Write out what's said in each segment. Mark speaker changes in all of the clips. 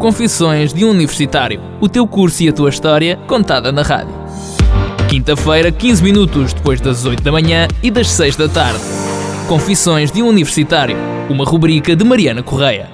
Speaker 1: Confissões de um Universitário. O teu curso e a tua história contada na rádio. Quinta-feira, 15 minutos depois das 8 da manhã e das 6 da tarde. Confissões de um Universitário. Uma rubrica de Mariana Correia.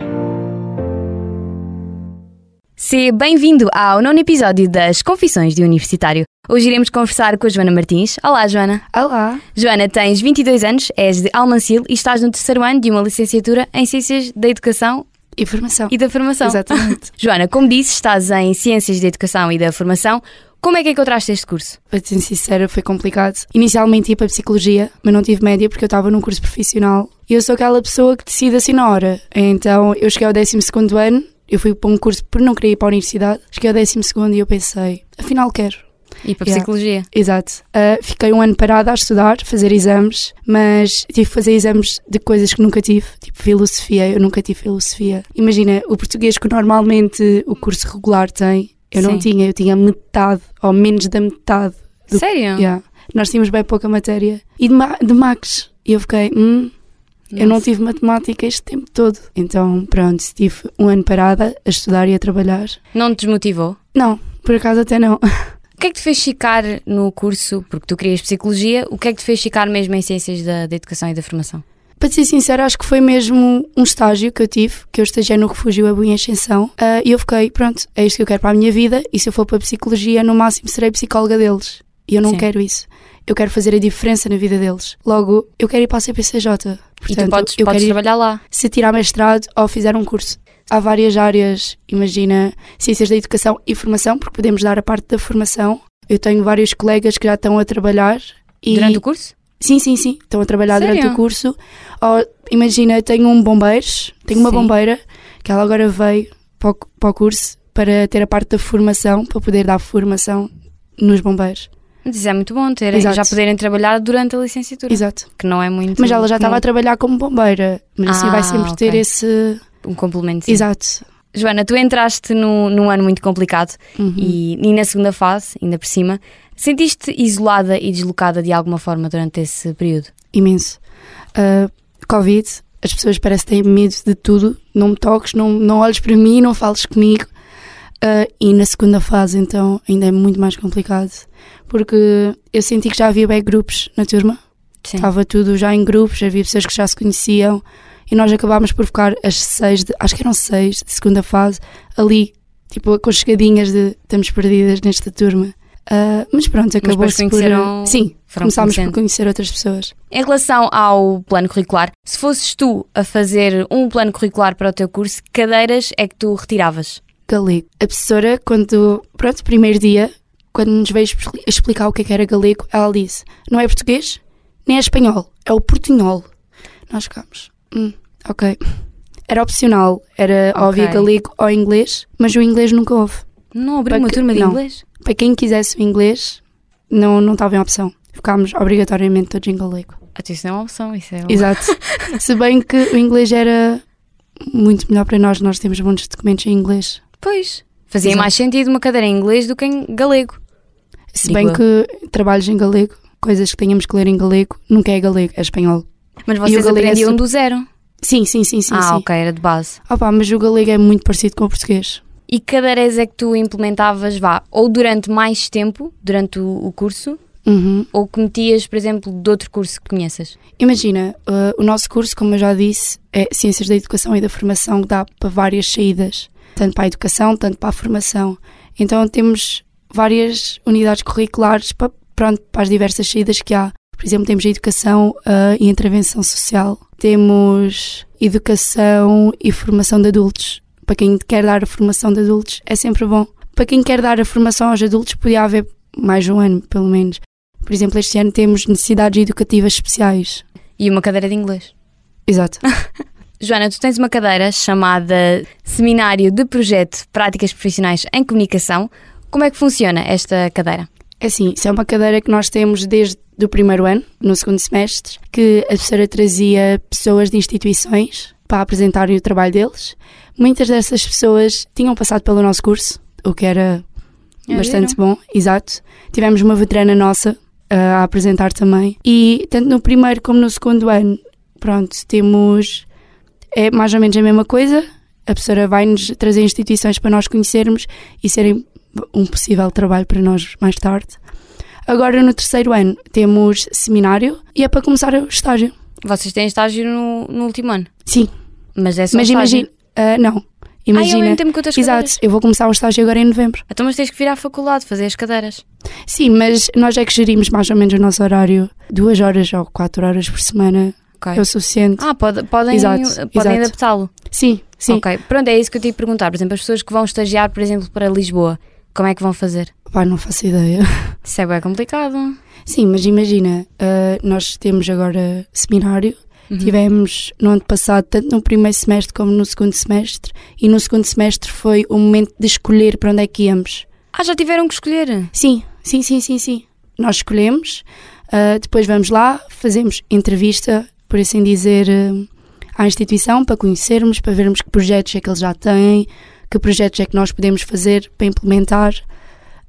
Speaker 2: Seja bem-vindo ao nono episódio das Confissões de um Universitário. Hoje iremos conversar com a Joana Martins. Olá, Joana.
Speaker 3: Olá.
Speaker 2: Joana, tens 22 anos, és de Almancil e estás no terceiro ano de uma licenciatura em Ciências da Educação
Speaker 3: E formação.
Speaker 2: e da Formação.
Speaker 3: Exatamente.
Speaker 2: Joana, como disse, estás em Ciências da Educação e da Formação. Como é que encontraste este curso?
Speaker 3: Para ser sincera, foi complicado. Inicialmente ia para Psicologia, mas não tive média porque eu estava num curso profissional. E eu sou aquela pessoa que decide assim na hora. Então, eu cheguei ao 12 ano, eu fui para um curso porque não queria ir para a universidade. Cheguei ao 12 e eu pensei, afinal quero.
Speaker 2: E para
Speaker 3: Yeah.
Speaker 2: Psicologia?
Speaker 3: Exato. Ah, fiquei um ano parada a estudar, fazer exames, mas tive que fazer exames de coisas que nunca tive, tipo filosofia. Eu nunca tive filosofia. Imagina, o português que normalmente o curso regular tem, eu não
Speaker 2: Sim.
Speaker 3: tinha, eu tinha metade, ou menos da metade. Do-
Speaker 2: Sério?
Speaker 3: Yeah. Nós tínhamos bem pouca matéria. E de, ma de Max. E eu fiquei, hum, eu não tive matemática este tempo todo. Então, pronto, estive um ano parada a estudar e a trabalhar.
Speaker 2: Não te desmotivou?
Speaker 3: Não, por acaso até não.
Speaker 2: O que é que te fez ficar no curso, porque tu querias Psicologia, o que é que te fez ficar mesmo em Ciências da, da Educação e da Formação?
Speaker 3: Para ser sincera, acho que foi mesmo um estágio que eu tive, que eu estagiei no refúgio Abu em Ascensão, ah, e eu fiquei, pronto, é isto que eu quero para a minha vida, e se eu for para a psicologia, no máximo serei psicóloga deles. E eu não
Speaker 2: Sim.
Speaker 3: quero isso. Eu quero fazer a diferença na vida deles. Logo, eu quero ir para a CPCJ.
Speaker 2: e tu
Speaker 3: Portanto,
Speaker 2: podes,
Speaker 3: eu
Speaker 2: podes
Speaker 3: quero ir
Speaker 2: trabalhar lá.
Speaker 3: se tirar mestrado ou fizer um curso. Há várias áreas, imagina, ciências da educação e formação, porque podemos dar a parte da formação. Eu tenho vários colegas que já estão a trabalhar. E...
Speaker 2: Durante o curso?
Speaker 3: Sim, sim, sim. Estão a trabalhar
Speaker 2: Sério?
Speaker 3: durante o curso. Ou, imagina, tenho um bombeiros, tenho uma
Speaker 2: Sim.
Speaker 3: bombeira, que ela agora veio para o, cu- para o curso para ter a parte da formação, para poder dar formação nos bombeiros.
Speaker 2: Mas isso é muito bom ter,
Speaker 3: Exato.
Speaker 2: já poderem trabalhar durante a licenciatura,
Speaker 3: Exato.
Speaker 2: que não é muito.
Speaker 3: Mas ela
Speaker 2: comum.
Speaker 3: já estava a trabalhar como bombeira, mas assim
Speaker 2: Ah,
Speaker 3: vai sempre ter
Speaker 2: ok.
Speaker 3: esse.
Speaker 2: um complemento. sim.
Speaker 3: Exato.
Speaker 2: Joana, tu entraste num, num ano muito complicado
Speaker 3: Uhum.
Speaker 2: e, e na segunda fase, ainda por cima, sentiste isolada e deslocada de alguma forma durante esse período?
Speaker 3: imenso. Ah, Covid, as pessoas parecem que têm medo de tudo, não me toques, não, não olhes para mim, não fales comigo. Ah, e na segunda fase, então, ainda é muito mais complicado, porque eu senti que já havia bem grupos na turma,
Speaker 2: Sim.
Speaker 3: estava tudo já em grupos, havia pessoas que já se conheciam, e nós acabámos por ficar as seis, de- acho que eram seis, de segunda fase, ali, tipo, aconchegadinhas de estamos perdidas nesta turma. Ah, mas pronto,
Speaker 2: depois
Speaker 3: acabou-se por.
Speaker 2: conheceram-
Speaker 3: Sim,
Speaker 2: foram
Speaker 3: começámos por
Speaker 2: conhecendo.
Speaker 3: conhecer outras pessoas.
Speaker 2: Em relação ao plano curricular, se fosses tu a fazer um plano curricular para o teu curso, que cadeiras é que tu retiravas?
Speaker 3: galego. A professora, quando, pronto, primeiro dia, quando nos veio expli- explicar o que é que era galego, ela disse: não é português, nem é espanhol, é o portunhol. Nós ficámos, hum, ok. Era opcional, era ou havia
Speaker 2: Ok.
Speaker 3: galego ou inglês, mas o inglês nunca houve.
Speaker 2: Não abriu
Speaker 3: Para
Speaker 2: uma
Speaker 3: que-
Speaker 2: turma de
Speaker 3: não.
Speaker 2: inglês?
Speaker 3: Para quem quisesse o inglês, não, não estava em opção. Ficámos obrigatoriamente todos em galego.
Speaker 2: Ah, tu, isso não é uma opção, isso é uma...
Speaker 3: Exato. Se bem que o inglês era muito melhor para nós, nós temos muitos documentos em inglês.
Speaker 2: Pois. Fazia
Speaker 3: Exato.
Speaker 2: mais sentido uma cadeira em inglês do que em galego.
Speaker 3: Se bem
Speaker 2: Digo
Speaker 3: que trabalhos em galego, coisas que tenhamos que ler em galego, nunca é galego, é espanhol.
Speaker 2: Mas
Speaker 3: o
Speaker 2: vocês
Speaker 3: galego é
Speaker 2: aprendiam
Speaker 3: super-
Speaker 2: do zero.
Speaker 3: Sim, sim, sim, sim.
Speaker 2: ah,
Speaker 3: sim.
Speaker 2: ok, era de base.
Speaker 3: Opa, mas o galego é muito parecido com o português.
Speaker 2: E que cadeiras é que tu implementavas, vá, ou durante mais tempo, durante o, o curso,
Speaker 3: Uhum.
Speaker 2: ou que metias, por exemplo, de outro curso que conheças?
Speaker 3: Imagina, uh, o nosso curso, como eu já disse, é Ciências da Educação e da Formação, que dá para várias saídas, tanto para a educação, tanto para a formação. Então temos várias unidades curriculares para, pronto, para as diversas saídas que há. Por exemplo, temos a educação uh, e intervenção social, temos educação e formação de adultos. Para quem quer dar a formação de adultos, é sempre bom. Para quem quer dar a formação aos adultos, podia haver mais um ano, pelo menos. Por exemplo, este ano temos necessidades educativas especiais.
Speaker 2: E uma cadeira de inglês.
Speaker 3: Exato.
Speaker 2: Joana, tu tens uma cadeira chamada Seminário de Projeto Práticas Profissionais em Comunicação. Como é que funciona esta cadeira?
Speaker 3: É assim, isso é uma cadeira que nós temos desde o primeiro ano, no segundo semestre, que a professora trazia pessoas de instituições para apresentarem o trabalho deles. Muitas dessas pessoas tinham passado pelo nosso curso, o que era
Speaker 2: Era
Speaker 3: bastante bom, exato. Tivemos uma veterana nossa ah, a apresentar também. E tanto no primeiro como no segundo ano, pronto, temos é mais ou menos a mesma coisa. a professora vai-nos trazer instituições para nós conhecermos e serem um possível trabalho para nós mais tarde. Agora, no terceiro ano, temos seminário e é para começar o estágio.
Speaker 2: Vocês têm estágio no, no último ano,
Speaker 3: Sim,
Speaker 2: mas é só
Speaker 3: mas
Speaker 2: estágio.
Speaker 3: imagina. ah, não,
Speaker 2: Ah, é ao
Speaker 3: imagina.
Speaker 2: mesmo tempo que outras
Speaker 3: Exato,
Speaker 2: cadeiras.
Speaker 3: eu vou começar o estágio agora em novembro.
Speaker 2: Então, mas tens que vir à faculdade fazer as cadeiras.
Speaker 3: Sim, mas nós é que gerimos mais ou menos o nosso horário. Duas horas ou quatro horas por semana
Speaker 2: Ok.
Speaker 3: é o suficiente.
Speaker 2: Ah, pode- podem,
Speaker 3: Exato,
Speaker 2: podem
Speaker 3: exato.
Speaker 2: adaptá-lo.
Speaker 3: Sim, sim.
Speaker 2: Ok, pronto, é isso que eu te ia perguntar. Por exemplo, as pessoas que vão estagiar, por exemplo, para Lisboa, como é que vão fazer?
Speaker 3: Pá, não faço ideia.
Speaker 2: Isso é bem complicado.
Speaker 3: Sim, mas imagina, ah, nós temos agora seminário. Tivemos no ano passado, tanto no primeiro semestre como no segundo semestre, e no segundo semestre foi o momento de escolher para onde é que íamos.
Speaker 2: Ah, já tiveram que escolher.
Speaker 3: Sim, sim, sim, sim, sim. Nós escolhemos, ah, depois vamos lá, fazemos entrevista, por assim dizer, ah, à instituição para conhecermos, para vermos que projetos é que eles já têm, que projetos é que nós podemos fazer para implementar.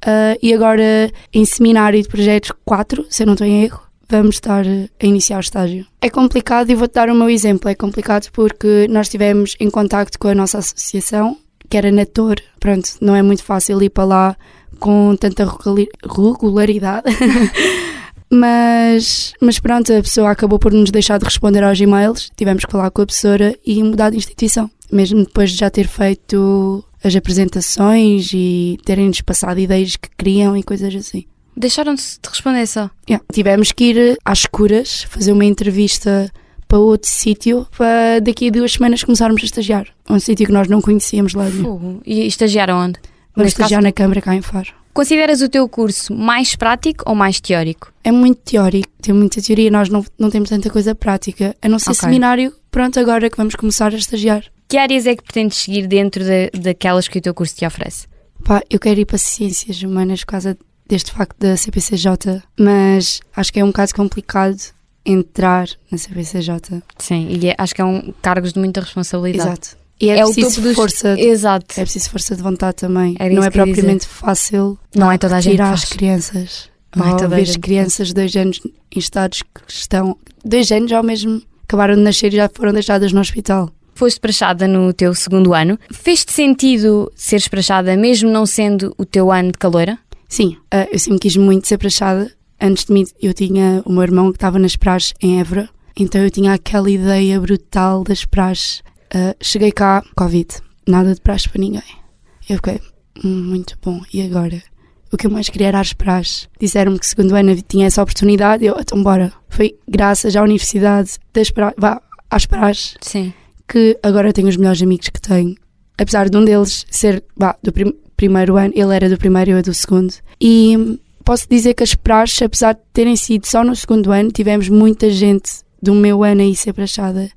Speaker 3: Ah, e agora, em seminário de projetos 4, se eu não estou em erro, vamos estar ah, a iniciar o estágio. É complicado e vou-te dar o meu exemplo. É complicado porque nós estivemos em contacto com a nossa associação, que era na Tor. Pronto, não é muito fácil ir para lá com tanta reguli- regularidade. mas, mas pronto, a pessoa acabou por nos deixar de responder aos e-mails, tivemos que falar com a professora e mudar de instituição. Mesmo depois de já ter feito as apresentações e terem-nos passado ideias que queriam e coisas assim.
Speaker 2: Deixaram-se de responder só.
Speaker 3: Yeah. Tivemos que ir às escuras, fazer uma entrevista para outro sítio, para daqui a duas semanas começarmos a estagiar. Um sítio que nós não conhecíamos lá. nenhum.
Speaker 2: Fogo. E estagiaram onde?
Speaker 3: Hum. Vamos
Speaker 2: Neste caso,
Speaker 3: estagiar na Câmara cá em Faro.
Speaker 2: Consideras o teu curso mais prático ou mais teórico?
Speaker 3: é muito teórico, tem muita teoria, nós não, não temos tanta coisa prática, a não ser
Speaker 2: Ok.
Speaker 3: seminário, pronto, agora é que vamos começar a estagiar.
Speaker 2: Que áreas é que pretendes seguir dentro da- daquelas que o teu curso te oferece?
Speaker 3: Pá, eu quero ir para ciências humanas por causa deste facto da CPCJ, mas acho que é um bocado complicado entrar na CPCJ.
Speaker 2: Sim, e é- acho que é um cargos de muita responsabilidade.
Speaker 3: Exato. E é,
Speaker 2: É o
Speaker 3: preciso
Speaker 2: topo dos.
Speaker 3: força,
Speaker 2: Exato.
Speaker 3: é preciso força de vontade também.
Speaker 2: Era
Speaker 3: não
Speaker 2: isso
Speaker 3: é
Speaker 2: que eu ia
Speaker 3: propriamente fácil
Speaker 2: Não é toda a gente. que
Speaker 3: tirar as
Speaker 2: Faz.
Speaker 3: crianças.
Speaker 2: Não é
Speaker 3: Ou
Speaker 2: toda a
Speaker 3: ver as
Speaker 2: gente.
Speaker 3: crianças de dois anos em estados que estão. Dois anos ou mesmo acabaram de nascer e já foram deixadas no hospital.
Speaker 2: Foste prachada no teu segundo ano. Fez-te sentido seres prachada mesmo não sendo o teu ano de caloira?
Speaker 3: Sim, ah, eu sempre quis muito ser prachada. Antes de mim, eu tinha o meu irmão que estava nas praxes em Évora, então eu tinha aquela ideia brutal das praxes. Ah, cheguei cá, Covid, nada de praxe para ninguém. Eu fiquei, "Hum, muito bom, e agora? O que eu mais queria era as praxes. Disseram-me que segundo ano tinha essa oportunidade, eu, então bora. Foi graças à universidade das pra vá, às praxes
Speaker 2: Sim.
Speaker 3: que agora tenho os melhores amigos que tenho. Apesar de um deles ser vá, do prim- primeiro ano, ele era do primeiro e eu do segundo. E hum, posso dizer que as praxes, apesar de terem sido só no segundo ano, tivemos muita gente do meu ano aí ser prachada.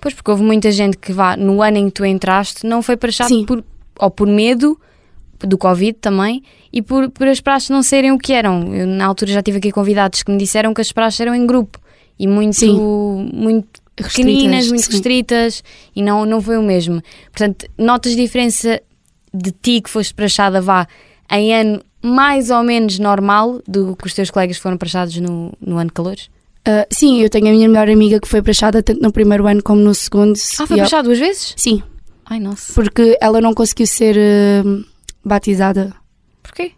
Speaker 2: Pois porque houve muita gente que vá no ano em que tu entraste não foi prachada
Speaker 3: Sim.
Speaker 2: por, ou por medo do Covid também e por, por as praxes não serem o que eram. Eu, na altura já tive aqui convidados que me disseram que as praxes eram em grupo e muito,
Speaker 3: Sim.
Speaker 2: muito
Speaker 3: Restritas,
Speaker 2: pequeninas, muito
Speaker 3: sim.
Speaker 2: restritas e não, não foi o mesmo. Portanto, notas diferença de ti que foste prachada vá em ano mais ou menos normal do que os teus colegas foram prachados no, no ano de calores?
Speaker 3: Ah, sim, eu tenho a minha melhor amiga que foi prachada tanto no primeiro ano como no segundo.
Speaker 2: Ah, foi
Speaker 3: E eu-
Speaker 2: prachado duas vezes?
Speaker 3: Sim,
Speaker 2: Ai, nossa.
Speaker 3: porque ela não conseguiu ser hum, batizada.
Speaker 2: Porquê?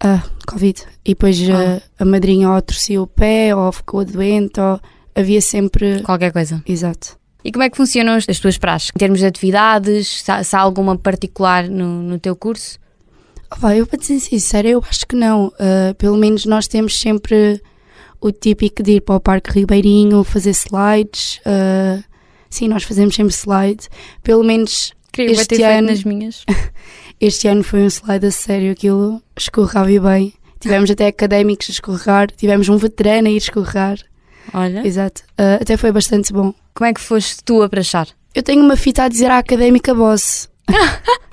Speaker 3: Ah, Covid. E depois
Speaker 2: Ah.
Speaker 3: ah, a madrinha ou torcia o pé ou ficou doente ou havia sempre.
Speaker 2: Qualquer coisa.
Speaker 3: Exato.
Speaker 2: E como é que funcionam as as tuas praxes? Em termos de atividades, se há, se há alguma particular no, no teu curso?
Speaker 3: Opa, eu para te ser sincera, eu acho que não. Ah, pelo menos nós temos sempre o típico de ir para o Parque Ribeirinho, fazer slides. ah, sim, nós fazemos sempre slide. Pelo menos
Speaker 2: Queria
Speaker 3: Este ano-
Speaker 2: minhas.
Speaker 3: este ano foi um slide a sério, aquilo escorrava e bem. Tivemos até académicos a escorregar, tivemos um veterano a ir escorregar.
Speaker 2: Olha.
Speaker 3: Exato. Ah, até foi bastante bom.
Speaker 2: Como é que foste tu a prachar?
Speaker 3: Eu tenho uma fita a dizer à académica boss.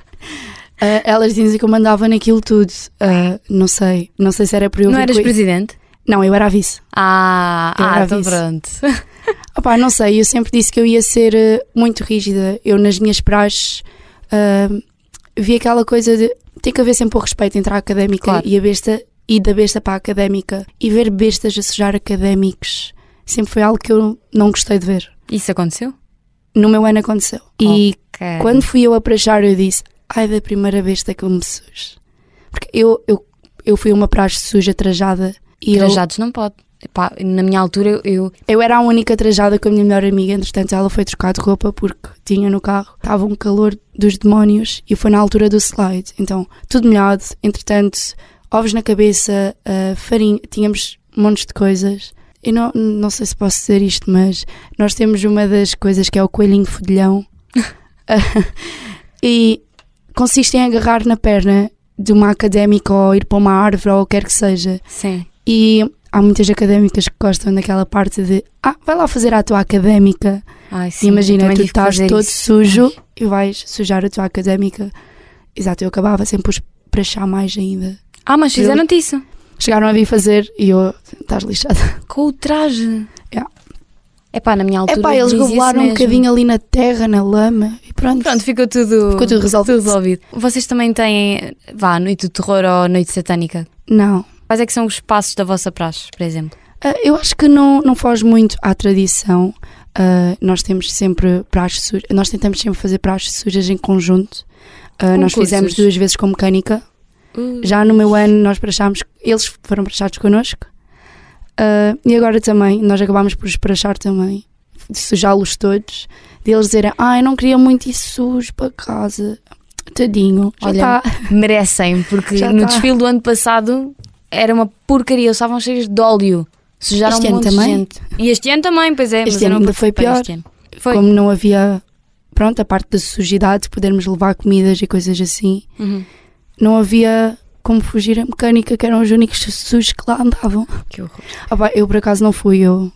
Speaker 3: Ah, elas dizem que eu mandava naquilo tudo. Ah, não sei. Não sei se era para eu
Speaker 2: Não
Speaker 3: vir
Speaker 2: eras
Speaker 3: com-
Speaker 2: presidente?
Speaker 3: Não, eu era a vice.
Speaker 2: Ah,
Speaker 3: Eu
Speaker 2: ah
Speaker 3: era
Speaker 2: então
Speaker 3: vice.
Speaker 2: pronto.
Speaker 3: Opá, não sei, eu sempre disse que eu ia ser eh, muito rígida. Eu nas minhas praxes ah, vi aquela coisa de tem que haver sempre o respeito entre a académica
Speaker 2: Claro.
Speaker 3: e a besta e da besta para a académica. E ver bestas a sujar académicos sempre foi algo que eu não gostei de ver.
Speaker 2: Isso aconteceu?
Speaker 3: no meu ano aconteceu. E quando fui eu a praxar, eu disse: Ai, da primeira vez que eu me sujo. Porque eu, eu, eu fui uma praxe suja, trajada. E eu-
Speaker 2: Trajados não pode. Epá, na minha altura eu, eu-
Speaker 3: Eu era a única trajada com a minha melhor amiga, entretanto ela foi trocar de roupa porque tinha no carro. Estava um calor dos demónios e foi na altura do slide. Então, tudo molhado, entretanto, ovos na cabeça, ah, farinha, tínhamos montes de coisas. Eu não, não sei se posso dizer isto, mas nós temos uma das coisas que é o coelhinho fodilhão. e consiste em agarrar na perna de uma académica ou ir para uma árvore ou o que quer que seja.
Speaker 2: Sim.
Speaker 3: E há muitas académicas que gostam daquela parte de ah, vai lá fazer a tua académica.
Speaker 2: Ai, sim, eu
Speaker 3: Imagina,
Speaker 2: também
Speaker 3: tu
Speaker 2: tive que
Speaker 3: estás
Speaker 2: fazer
Speaker 3: todo
Speaker 2: isso.
Speaker 3: sujo e vais sujar a tua académica. Exato, eu acabava sempre os para achar mais ainda.
Speaker 2: Ah, mas fizeram-te isso.
Speaker 3: Chegaram a vir fazer e eu, estás lixada.
Speaker 2: Com o traje.
Speaker 3: Yeah.
Speaker 2: Epá, na minha
Speaker 3: É
Speaker 2: altura.
Speaker 3: pá, eles
Speaker 2: dizia-se
Speaker 3: revelaram um
Speaker 2: mesmo.
Speaker 3: bocadinho ali na terra, na lama e pronto.
Speaker 2: Pronto, ficou tudo.
Speaker 3: Ficou tudo resolvido.
Speaker 2: resolvido. Vocês também têm, vá, Noite do Terror ou Noite Satânica?
Speaker 3: Não.
Speaker 2: Quais é que são os passos da vossa praxe, por exemplo?
Speaker 3: Ah, Eu acho que não, não foge muito à tradição. Ah, nós temos sempre praxes sujas, nós tentamos sempre fazer praxes sujas em conjunto. Ah, nós
Speaker 2: Concursos.
Speaker 3: fizemos duas vezes com mecânica. Já no meu ano nós praxámos, eles foram praxados connosco. Ah, e agora também, nós acabámos por os praxar também, de sujá-los todos, de eles dizerem, ah, eu não queria muito isso sujo para casa. Tadinho, já
Speaker 2: Olha,
Speaker 3: está.
Speaker 2: Merecem, porque
Speaker 3: Já
Speaker 2: no
Speaker 3: tá.
Speaker 2: desfile do ano passado era uma porcaria, eles estavam cheios de óleo. Sujaram
Speaker 3: Este
Speaker 2: um
Speaker 3: ano
Speaker 2: monte de
Speaker 3: também?
Speaker 2: gente. E este ano também, pois é.
Speaker 3: Este
Speaker 2: mas eu
Speaker 3: ano
Speaker 2: não
Speaker 3: ainda foi
Speaker 2: participei
Speaker 3: pior.
Speaker 2: Este ano. Foi.
Speaker 3: Como não havia, pronto, a parte da sujidade, podermos levar comidas e coisas assim,
Speaker 2: Uhum.
Speaker 3: não havia como fugir à mecânica, que eram os únicos sujos que lá andavam.
Speaker 2: Que horror.
Speaker 3: Ah, pá, eu por acaso não fui, eu.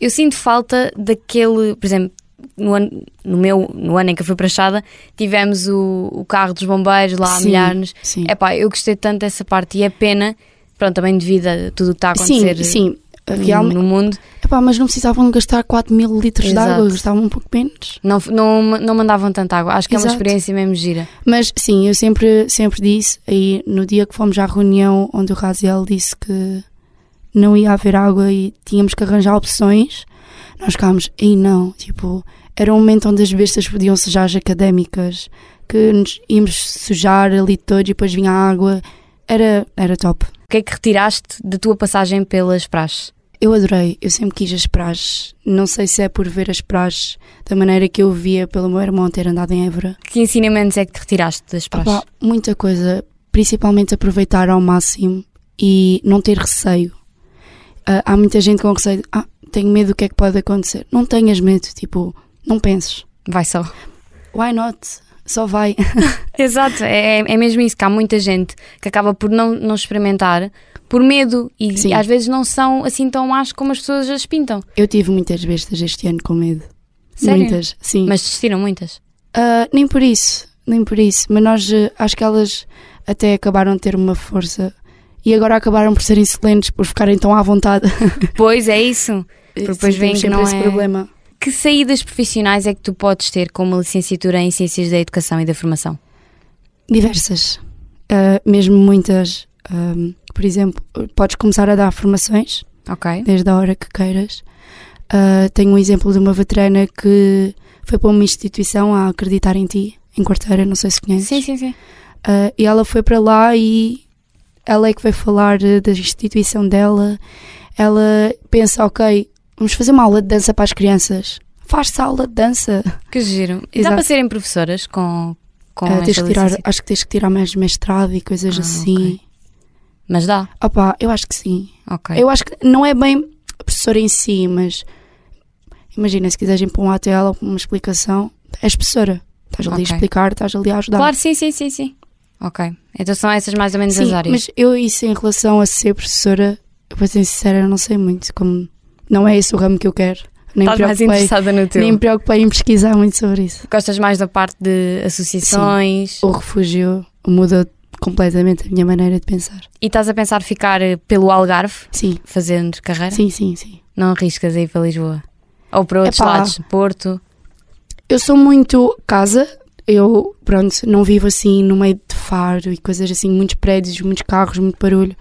Speaker 2: Eu sinto falta daquele, por exemplo, no ano, no meu, no ano em que eu fui praxada, tivemos o, o carro dos bombeiros lá a
Speaker 3: Sim,
Speaker 2: milhares.
Speaker 3: sim.
Speaker 2: Epá, eu gostei tanto dessa parte e é pena, pronto, também devido a tudo o que está a acontecer um
Speaker 3: Sim, sim.
Speaker 2: no-
Speaker 3: Realmente,
Speaker 2: no mundo,
Speaker 3: Epá, mas não precisavam de gastar 4 mil litros de
Speaker 2: Exato.
Speaker 3: água, gastavam um pouco menos.
Speaker 2: não, não, não mandavam tanta água. Acho que é uma
Speaker 3: Exato.
Speaker 2: experiência mesmo gira.
Speaker 3: Mas sim, eu sempre, sempre disse, aí no dia que fomos à reunião onde o Raziel disse que não ia haver água e tínhamos que arranjar opções, nós ficámos, e não, tipo, era um momento onde as bestas podiam sujar as académicas, que nos íamos sujar ali todos e depois vinha a água, era, era top.
Speaker 2: O que é que retiraste da tua passagem pelas praxes?
Speaker 3: Eu adorei, eu sempre quis as praxes. Não sei se é por ver as praxes da maneira que eu via pelo meu irmão ter andado em Évora.
Speaker 2: Que ensinamentos é que te retiraste das praxes?
Speaker 3: Opa, muita coisa, principalmente aproveitar ao máximo e não ter receio. Ah, há muita gente com receio, de, ah, tenho medo do que é que pode acontecer. Não tenhas medo, tipo, não penses.
Speaker 2: Vai só.
Speaker 3: Why not? Só vai.
Speaker 2: Exato, é, é- é mesmo isso, que há muita gente que acaba por não, não experimentar por medo e
Speaker 3: Sim.
Speaker 2: às vezes não são assim tão más como as pessoas as pintam.
Speaker 3: Eu tive muitas bestas este ano com medo.
Speaker 2: Sério?
Speaker 3: Muitas, sim.
Speaker 2: Mas desistiram muitas.
Speaker 3: Ah, nem por isso, nem por isso. Mas nós eh, acho que elas até acabaram de ter uma força e agora acabaram por ser insolentes, por ficarem tão à vontade.
Speaker 2: Pois é isso. Porque depois
Speaker 3: Sim,
Speaker 2: veem
Speaker 3: temos
Speaker 2: que
Speaker 3: sempre
Speaker 2: não
Speaker 3: esse
Speaker 2: é.
Speaker 3: problema.
Speaker 2: Que saídas profissionais é que tu podes ter com uma licenciatura em Ciências da Educação e da Formação?
Speaker 3: Diversas, Ah, mesmo muitas. Ahm, por exemplo, podes começar a dar formações
Speaker 2: Ok.
Speaker 3: desde a hora que queiras. Ah, tenho um exemplo de uma veterana que foi para uma instituição a acreditar em ti, em quarteira, não sei se conheces.
Speaker 2: Sim, sim, sim.
Speaker 3: Ah, e ela foi para lá e ela é que vai falar eh, da instituição dela. Ela pensa, ok, vamos fazer uma aula de dança para as crianças. Faz-se aula de dança.
Speaker 2: Que giro. E Dá
Speaker 3: Exato.
Speaker 2: para serem professoras com, com
Speaker 3: Ah,
Speaker 2: esta
Speaker 3: tens que tirar,
Speaker 2: licença?
Speaker 3: acho que tens que tirar mais mestrado e coisas
Speaker 2: Oh, Ah,
Speaker 3: assim.
Speaker 2: ok. Mas dá,
Speaker 3: Opa, eu acho que sim.
Speaker 2: ok.
Speaker 3: Eu acho que não é bem a professora em si, mas imagina, se quiseres ir para um ATL ou uma explicação, és professora. Estás ali
Speaker 2: Ok.
Speaker 3: a explicar, estás ali a ajudar.
Speaker 2: Claro, sim, sim, sim, sim. Ok. Então são essas mais ou menos
Speaker 3: Sim,
Speaker 2: as áreas.
Speaker 3: mas eu isso em relação a ser professora, eu vou ser sincera, eu não sei muito, como não é esse o ramo que eu quero. Nem me
Speaker 2: Estás mais
Speaker 3: preocupei,
Speaker 2: interessada no teu.
Speaker 3: nem me preocupei em pesquisar muito sobre isso.
Speaker 2: Gostas mais da parte de associações
Speaker 3: O refúgio mudou completamente a minha maneira de pensar.
Speaker 2: e estás a pensar ficar eh, pelo Algarve,
Speaker 3: Sim,
Speaker 2: fazendo carreira?
Speaker 3: sim, sim, sim.
Speaker 2: Não arriscas a ir para Lisboa? Ou para outros
Speaker 3: Epá.
Speaker 2: lados? Porto?
Speaker 3: Eu sou muito casa. Eu, pronto, não vivo assim no meio de faro e coisas assim, muitos prédios, muitos carros, muito barulho.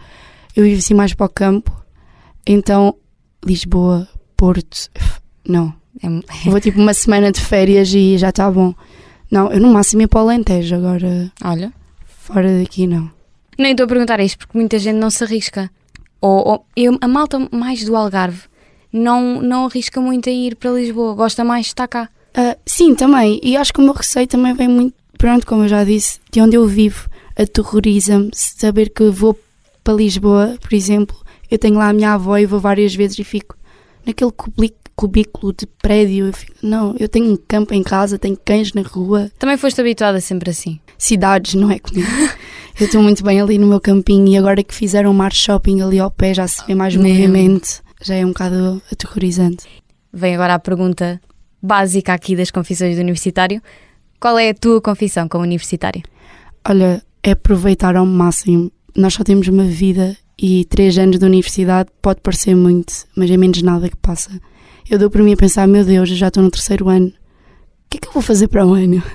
Speaker 3: Eu vivo assim mais para o campo. Então, Lisboa, Porto, f- não,
Speaker 2: É mu-
Speaker 3: Vou tipo uma semana de férias e já está bom. Não, eu no máximo ia para o Alentejo, agora
Speaker 2: Olha.
Speaker 3: fora daqui não.
Speaker 2: Nem estou a perguntar isto porque muita gente não se arrisca. Ou, ou- eu- a malta mais do Algarve não, não arrisca muito a ir para Lisboa, gosta mais de estar cá.
Speaker 3: Ah, sim, também. E acho que o meu receio também vem muito, pronto, como eu já disse, de onde eu vivo. Aterroriza-me saber que vou para Lisboa, por exemplo. Eu tenho lá a minha avó e vou várias vezes e fico naquele cubi- cubículo de prédio. Eu fico, não, eu tenho um campo em casa, tenho cães na rua.
Speaker 2: Também foste habituada sempre assim.
Speaker 3: Cidades, não é comigo. eu estou muito bem ali no meu campinho e agora que fizeram o mar shopping ali ao pé já se vê mais
Speaker 2: Mesmo.
Speaker 3: movimento. Já é um bocado aterrorizante.
Speaker 2: Vem agora a pergunta básica aqui das confissões do universitário. Qual é a tua confissão como universitário?
Speaker 3: Olha, é aproveitar ao máximo. Nós só temos uma vida e três anos de universidade pode parecer muito, mas é menos nada que passa. Eu dou por mim a pensar, meu Deus, eu já estou no terceiro ano. O que é que eu vou fazer para um ano?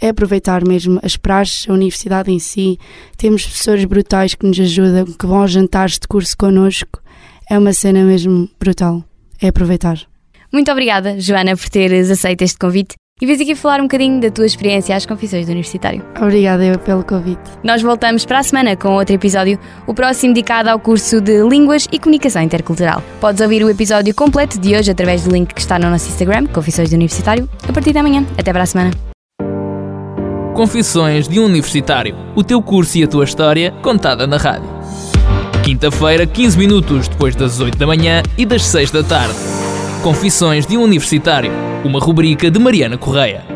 Speaker 3: É aproveitar mesmo as praxes, a universidade em si. Temos professores brutais que nos ajudam, que vão a jantares de curso connosco. É uma cena mesmo brutal. É aproveitar.
Speaker 2: Muito obrigada, Joana, por teres aceito este convite e vens aqui falar um bocadinho da tua experiência às confissões do universitário.
Speaker 3: Obrigada eu pelo convite.
Speaker 2: Nós voltamos para a semana com outro episódio, o próximo dedicado ao curso de Línguas e Comunicação Intercultural. Podes ouvir o episódio completo de hoje através do link que está no nosso Instagram, Confissões do Universitário, a partir de amanhã. Até para a semana.
Speaker 1: Confissões de um Universitário. O teu curso e a tua história contada na rádio. Quinta-feira, 15 minutos depois das 8 da manhã e das 6 da tarde. Confissões de um Universitário. Uma rubrica de Mariana Correia.